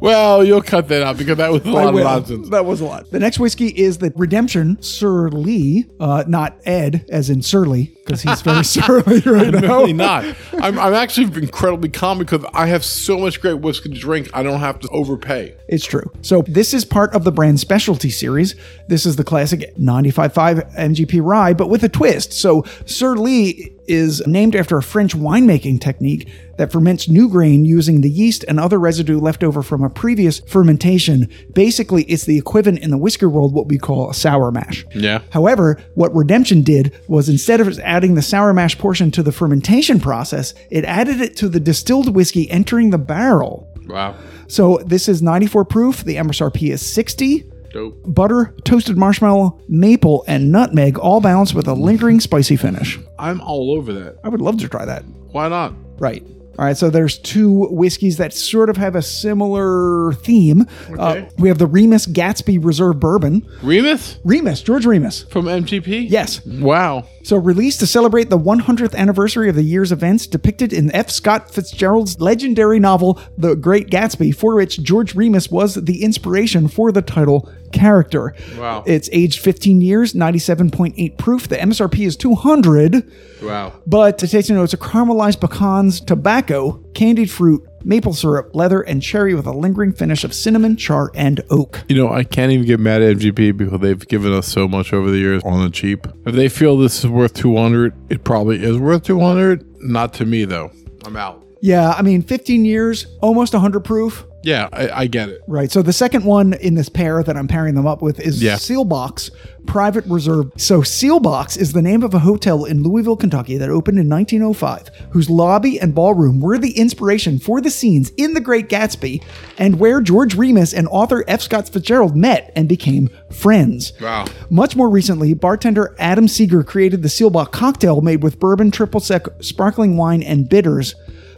Speaker 2: Well, you'll cut that out because that was a
Speaker 1: I
Speaker 2: lot of
Speaker 1: will.
Speaker 2: nonsense.
Speaker 1: That was a lot. The next whiskey is the Redemption Surly, uh, not Ed, as in Surly, because he's
Speaker 2: (laughs)
Speaker 1: very surly right now.
Speaker 2: Really not. I'm, I'm actually incredibly calm because I have so much great whiskey to drink. I don't have to overpay.
Speaker 1: It's true. So this is part of the brand specialty series. This is the classic 95.5 MGP rye, but with a twist. So Sir Lee is named after a French winemaking technique that ferments new grain using the yeast and other residue left over from a previous fermentation. Basically, it's the equivalent in the whiskey world what we call a sour mash.
Speaker 2: Yeah.
Speaker 1: However, what Redemption did was instead of adding the sour mash portion to the fermentation process, it added it to the distilled whiskey entering the barrel.
Speaker 2: Wow.
Speaker 1: So this is 94 proof. The MSRP is 60.
Speaker 2: Dope.
Speaker 1: Butter, toasted marshmallow, maple, and nutmeg all balanced with a lingering spicy finish.
Speaker 2: I'm all over that.
Speaker 1: I would love to try that.
Speaker 2: Why not?
Speaker 1: Right. All right, so there's two whiskeys that sort of have a similar theme. Uh,
Speaker 2: Okay.
Speaker 1: we have the Remus Gatsby Reserve Bourbon.
Speaker 2: Remus
Speaker 1: Remus, George Remus.
Speaker 2: from MGP?
Speaker 1: Yes.
Speaker 2: Wow.
Speaker 1: So released to celebrate the 100th anniversary of the year's events depicted in F. Scott Fitzgerald's legendary novel The Great Gatsby, for which George Remus was the inspiration for the title character.
Speaker 2: Wow.
Speaker 1: It's aged 15 years, 97.8 proof. The MSRP is 200,
Speaker 2: Wow.
Speaker 1: but to take notes, are caramelized pecans, tobacco, candied fruit, maple syrup, leather, and cherry with a lingering finish of cinnamon, char, and oak.
Speaker 2: You know, I can't even get mad at MGP because they've given us so much over the years on the cheap. If they feel this is worth 200, it probably is worth 200. Not to me, though. I'm out.
Speaker 1: Yeah, I mean, 15 years, almost 100 proof.
Speaker 2: Yeah, I, I get it.
Speaker 1: Right. So the second one in this pair that I'm pairing them up with is
Speaker 2: Yeah.
Speaker 1: Sealbox Private Reserve. So Sealbox is the name of a hotel in Louisville, Kentucky that opened in 1905, whose lobby and ballroom were the inspiration for the scenes in The Great Gatsby and where George Remus and author F. Scott Fitzgerald met and became friends.
Speaker 2: Wow.
Speaker 1: Much more recently, bartender Adam Seeger created the Sealbox cocktail made with bourbon, triple sec, sparkling wine, and bitters.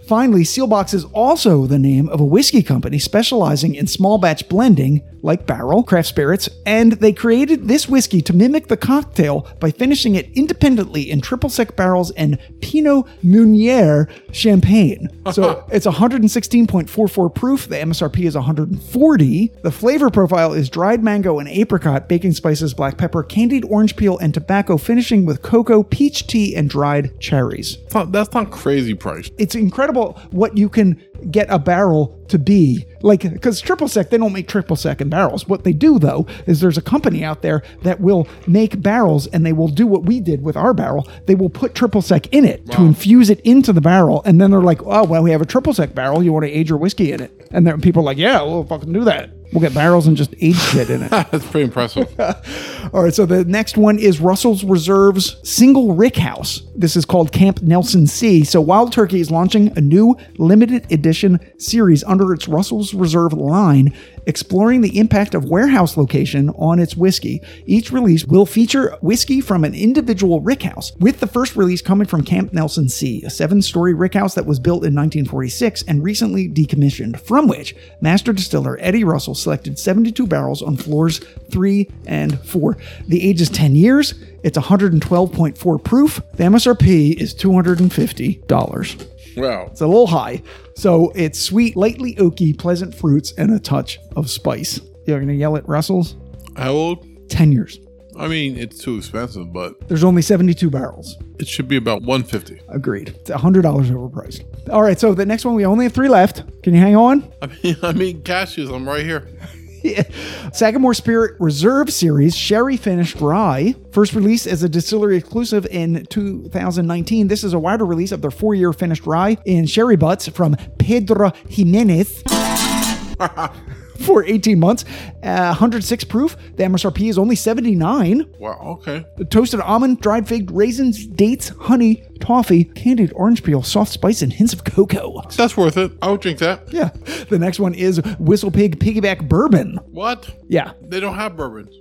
Speaker 1: Finally, Sealbox is also the name of a whiskey company specializing in small batch blending, like barrel, craft spirits, and they created this whiskey to mimic the cocktail by finishing it independently in triple sec barrels and Pinot Meunier champagne. So it's 116.44 proof. The MSRP is 140. The flavor profile is dried mango and apricot, baking spices, black pepper, candied orange peel, and tobacco, finishing with cocoa, peach tea, and dried cherries
Speaker 2: It's not- that's not crazy price.
Speaker 1: it's incredible what you can get a barrel to be like because triple sec they don't make triple sec in barrels what they do though is there's a company out there that will make barrels and they will do what we did with our barrel they will put triple sec in it to infuse it into the barrel and then they're like oh well we have a triple sec barrel you want to age your whiskey in it and then people are like yeah we'll fucking do that we'll get barrels and just age shit in it
Speaker 2: That's pretty impressive.
Speaker 1: all right, so the next one is Russell's Reserve's Single Rick House. This is called Camp Nelson C. So Wild Turkey is launching a new limited edition series under its Russell's Reserve line, exploring the impact of warehouse location on its whiskey. Each release will feature whiskey from an individual rick house, with the first release coming from Camp Nelson C, a seven-story rick house that was built in 1946 and recently decommissioned, from which master distiller Eddie Russell selected 72 barrels on floors 3 and 4. The age is 10 years. It's 112.4 proof. The MSRP is $250.
Speaker 2: wow.
Speaker 1: It's a little high. So it's sweet, lightly oaky, pleasant fruits, and a touch of spice. You're going to yell at Russell's?
Speaker 2: How old?
Speaker 1: 10 years.
Speaker 2: I mean, it's too expensive, but
Speaker 1: There's only 72 barrels.
Speaker 2: it should be about 150.
Speaker 1: Agreed. It's $100 overpriced. All right. So the next one, we only have three left. Can you hang on?
Speaker 2: (laughs) I mean, I mean, cashews. I'm right here.
Speaker 1: Sagamore Spirit Reserve Series Sherry Finished Rye, first released as a distillery exclusive in 2019. This is a wider release of their four year finished rye in sherry butts from Pedro Jimenez. (laughs) for 18 months. Uh, 106 proof. The MSRP is only 79.
Speaker 2: Wow. Okay.
Speaker 1: Toasted almond, dried fig, raisins, dates, honey, toffee, candied orange peel, soft spice, and hints of cocoa.
Speaker 2: That's worth it. I would drink that.
Speaker 1: Yeah. The next one is Whistle Pig Piggyback Bourbon.
Speaker 2: What?
Speaker 1: Yeah,
Speaker 2: They don't have bourbons.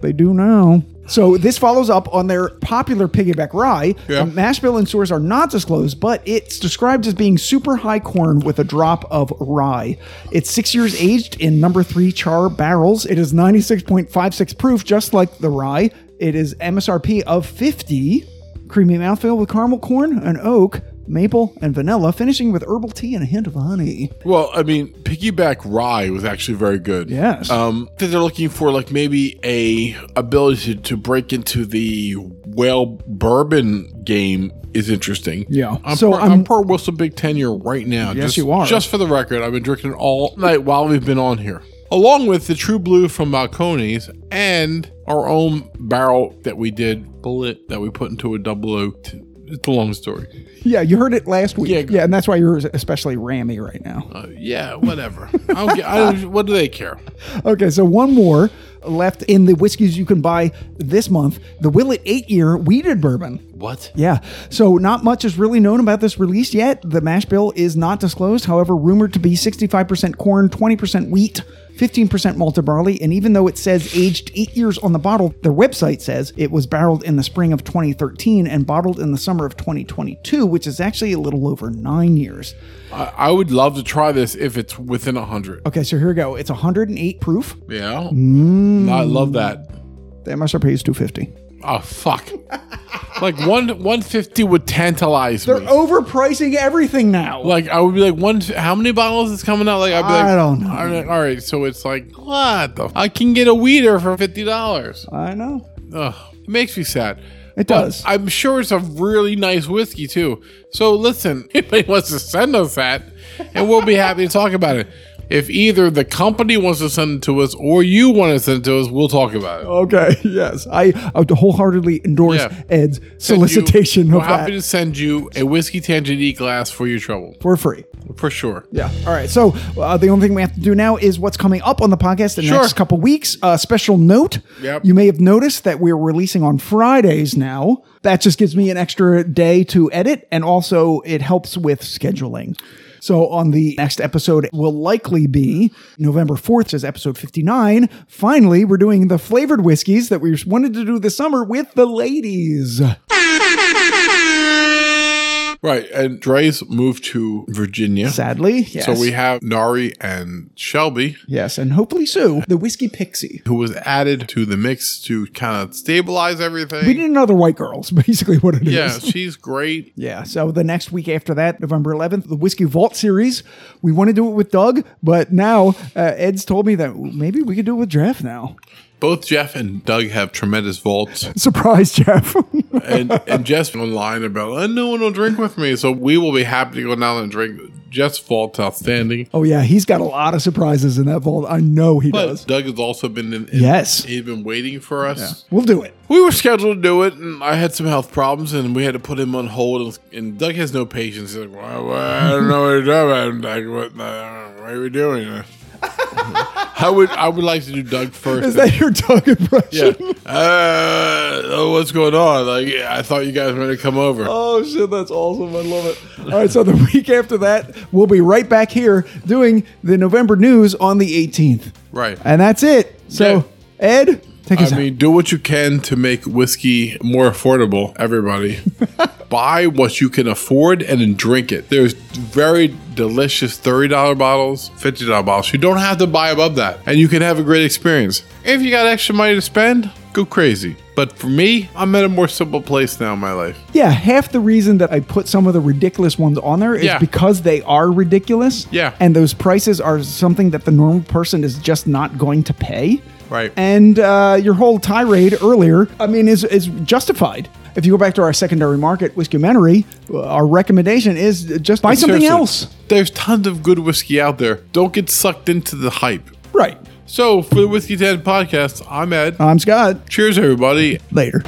Speaker 1: they do now. So this follows up on their popular piggyback rye.
Speaker 2: Yeah.
Speaker 1: The mash bill and source are not disclosed, but it's described as being super high corn with a drop of rye. It's six years aged in number three char barrels. It is 96.56 proof, just like the rye. It is MSRP of 50. Creamy mouthfeel with caramel corn and oak, maple, and vanilla, finishing with herbal tea and a hint of honey.
Speaker 2: Well, I mean, piggyback rye was actually very good.
Speaker 1: Yes.
Speaker 2: Um, I think they're looking for like maybe a ability to, to break into the whale bourbon game is interesting.
Speaker 1: Yeah. So
Speaker 2: I'm so part,
Speaker 1: I'm-
Speaker 2: I'm, part Wilson Big Ten year right now.
Speaker 1: Yes,
Speaker 2: just,
Speaker 1: you are.
Speaker 2: Just for the record, I've been drinking it all night while we've been on here. Along with the True Blue from Balcones and our own barrel that we did, bullet that we put into a double oak. It's a long story.
Speaker 1: Yeah, you heard it last week.
Speaker 2: Yeah.
Speaker 1: yeah and that's why you're especially rammy right now.
Speaker 2: Uh, yeah, whatever. I don't get, I don't, what do they care?
Speaker 1: Okay, so one more left in the whiskeys you can buy this month the Willet 8 year weeded bourbon.
Speaker 2: What?
Speaker 1: Yeah, so not much is really known about this release yet. The mash bill is not disclosed, however, rumored to be 65% corn, 20% wheat. 15% malted barley, and even though it says aged eight years on the bottle, their website says it was barreled in the spring of 2013 and bottled in the summer of 2022, which is actually a little over nine years.
Speaker 2: I, I would love to try this if it's within 100.
Speaker 1: Okay, so here we go. It's 108 proof.
Speaker 2: Yeah.
Speaker 1: Mm.
Speaker 2: I love that.
Speaker 1: The MSRP is 250.
Speaker 2: Oh, fuck. like one 150 would tantalize
Speaker 1: They're
Speaker 2: me.
Speaker 1: overpricing everything now.
Speaker 2: like I would be like one. How many bottles is coming out? Like I'd be like,
Speaker 1: I don't know.
Speaker 2: All right, all right, so it's like what the? I can get a weeder for fifty dollars.
Speaker 1: I know.
Speaker 2: Ugh, it makes me sad.
Speaker 1: It
Speaker 2: But
Speaker 1: does.
Speaker 2: I'm sure it's a really nice whiskey too. So listen, (laughs) anybody wants to send us that, and we'll be happy to talk about it. If either the company wants to send it to us or you want to send it to us, we'll talk about it.
Speaker 1: Okay. (laughs) Yes, I, I would wholeheartedly endorse
Speaker 2: Yeah.
Speaker 1: Ed's
Speaker 2: Send you-
Speaker 1: solicitation
Speaker 2: We're
Speaker 1: of that
Speaker 2: happy to send you a whiskey tangent glass for your trouble,
Speaker 1: for free.
Speaker 2: for sure.
Speaker 1: Yeah. All right. So uh, the only thing we have to do now is what's coming up on the podcast in the
Speaker 2: Sure.
Speaker 1: next couple weeks. Uh, special note.
Speaker 2: Yep.
Speaker 1: You may have noticed that we're releasing on Fridays now. That just gives me an extra day to edit, and also it helps with scheduling. So on the next episode will likely be November 4th is episode 59. Finally, we're doing the flavored whiskeys that we wanted to do this summer with the ladies.
Speaker 2: (laughs) Right, and Dre's moved to Virginia.
Speaker 1: Sadly, yes.
Speaker 2: So we have Nari and Shelby,
Speaker 1: yes, and hopefully Sue, the whiskey pixie.
Speaker 2: who was added to the mix to kind of stabilize everything.
Speaker 1: We need another white girls, (laughs) basically what it is.
Speaker 2: yeah, she's great.
Speaker 1: Yeah. So the next week after that, November 11th, the Whiskey Vault series. We want to do it with Doug, but now uh, Ed's told me that maybe we could do it with Jeff now.
Speaker 2: Both Jeff and Doug have tremendous vaults,
Speaker 1: (laughs) Surprise, Jeff.
Speaker 2: and and Jeff's online about "Oh, no one will drink with me, so we will be happy to go down and drink. Jeff's vault's outstanding.
Speaker 1: (laughs) oh, yeah. He's got a lot of surprises in that vault. I know he
Speaker 2: But
Speaker 1: does.
Speaker 2: Doug has also been in, in-
Speaker 1: Yes.
Speaker 2: he's been waiting for us.
Speaker 1: We'll do it.
Speaker 2: We were scheduled to do it, and I had some health problems, and we had to put him on hold. And, and Doug has no patience. He's like, well, well, I don't know what to do about him, Doug. What, the, why are we doing this? (laughs) I would, I would like to do Doug first.
Speaker 1: Is that your Doug
Speaker 2: yeah.
Speaker 1: impression?
Speaker 2: Uh, oh, what's going on? Like, yeah, I thought you guys were going to come over.
Speaker 1: (laughs) Oh, shit. That's awesome. I love it. All right. So the (laughs) week after that, we'll be right back here doing the November news on the 18th.
Speaker 2: right.
Speaker 1: And that's it. So, Ed, take us
Speaker 2: I
Speaker 1: out.
Speaker 2: mean, do what you can to make whiskey more affordable,
Speaker 1: (laughs)
Speaker 2: everybody. Buy what you can afford and then drink it. There's very delicious $30 bottles, $50 bottles. You don't have to buy above that, and you can have a great experience. If you got extra money to spend, go crazy. But for me, I'm at a more simple place now in my life.
Speaker 1: Yeah, half the reason that I put some of the ridiculous ones on there is
Speaker 2: Yeah.
Speaker 1: because they are ridiculous.
Speaker 2: Yeah.
Speaker 1: And those prices are something that the normal person is just not going to pay.
Speaker 2: Right.
Speaker 1: And uh, your whole tirade earlier, I mean, is, is justified. If you go back to our secondary market, Whiskumentary, uh, our recommendation is just buy something
Speaker 2: Seriously,
Speaker 1: else.
Speaker 2: There's tons of good whiskey out there. Don't get sucked into the hype.
Speaker 1: Right.
Speaker 2: So, for the Whiskey Dad podcast, I'm Ed.
Speaker 1: Uh, I'm Scott.
Speaker 2: Cheers, everybody.
Speaker 1: Later.